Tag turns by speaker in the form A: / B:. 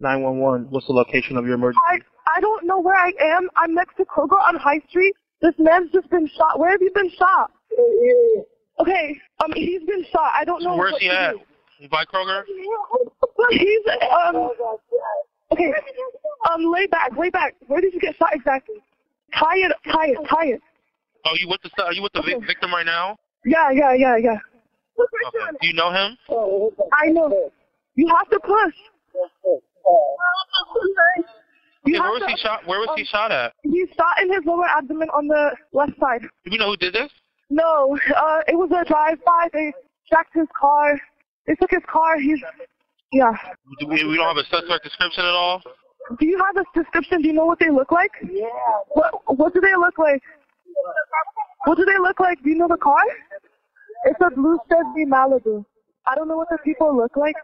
A: 911, what's the location of your emergency?
B: I I don't know where I am. I'm next to Kroger on High Street. This man's just been shot. Where have you been shot? Okay, um, he's been shot. I don't know.
A: Where's
B: what
A: he
B: to
A: at?
B: do.
A: You by Kroger?
B: He's um. Okay, um, lay back, lay back. Where did you get shot exactly? Tie it, tie it, tie it.
A: Oh, you with the are you with the vic- victim right now?
B: Yeah, yeah, yeah, yeah.
A: Okay. Do you know him?
B: I know. You have to push. You
A: Okay, where
B: have
A: was
B: to,
A: he shot? Where was he
B: um,
A: shot at?
B: He's shot in his lower abdomen on the left side.
A: Do we know who did this?
B: No, uh, it was a drive-by. They jacked his car. They took his car. He's, yeah.
A: Do we, we don't have a suspect description at all.
B: Do you have a description? Do you know what they look like? Yeah. What What do they look like? What do they look like? Do you know the car? It's a blue Chevy Malibu. I don't know what the people look like.